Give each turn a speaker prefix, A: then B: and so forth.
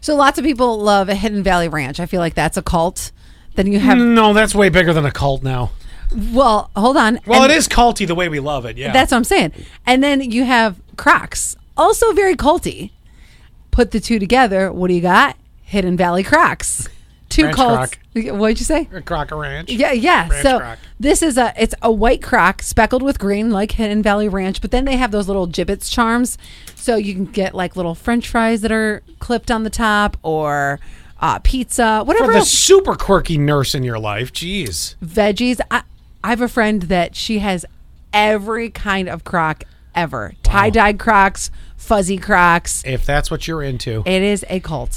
A: So lots of people love Hidden Valley Ranch. I feel like that's a cult. Then you have
B: Mm, No, that's way bigger than a cult now.
A: well, hold on.
B: Well,
A: And
B: it is culty the way we love it. Yeah.
A: That's what I'm saying. And then you have Crocs, also very culty. Put the two together. What do you got? Hidden Valley Crocs. Two
B: Ranch
A: cults. What'd you say?
B: Crocker Ranch.
A: Yeah, yeah.
B: Ranch
A: so
B: Croc.
A: this is a it's a white croc speckled with green like Hidden Valley Ranch, but then they have those little gibbets charms. So you can get like little French fries that are clipped on the top or uh, pizza,
B: For
A: whatever
B: the
A: else.
B: super quirky nurse in your life. Jeez.
A: veggies. I, I have a friend that she has every kind of croc ever tie dyed crocs, fuzzy crocs.
B: If that's what you're into.
A: It is a cult.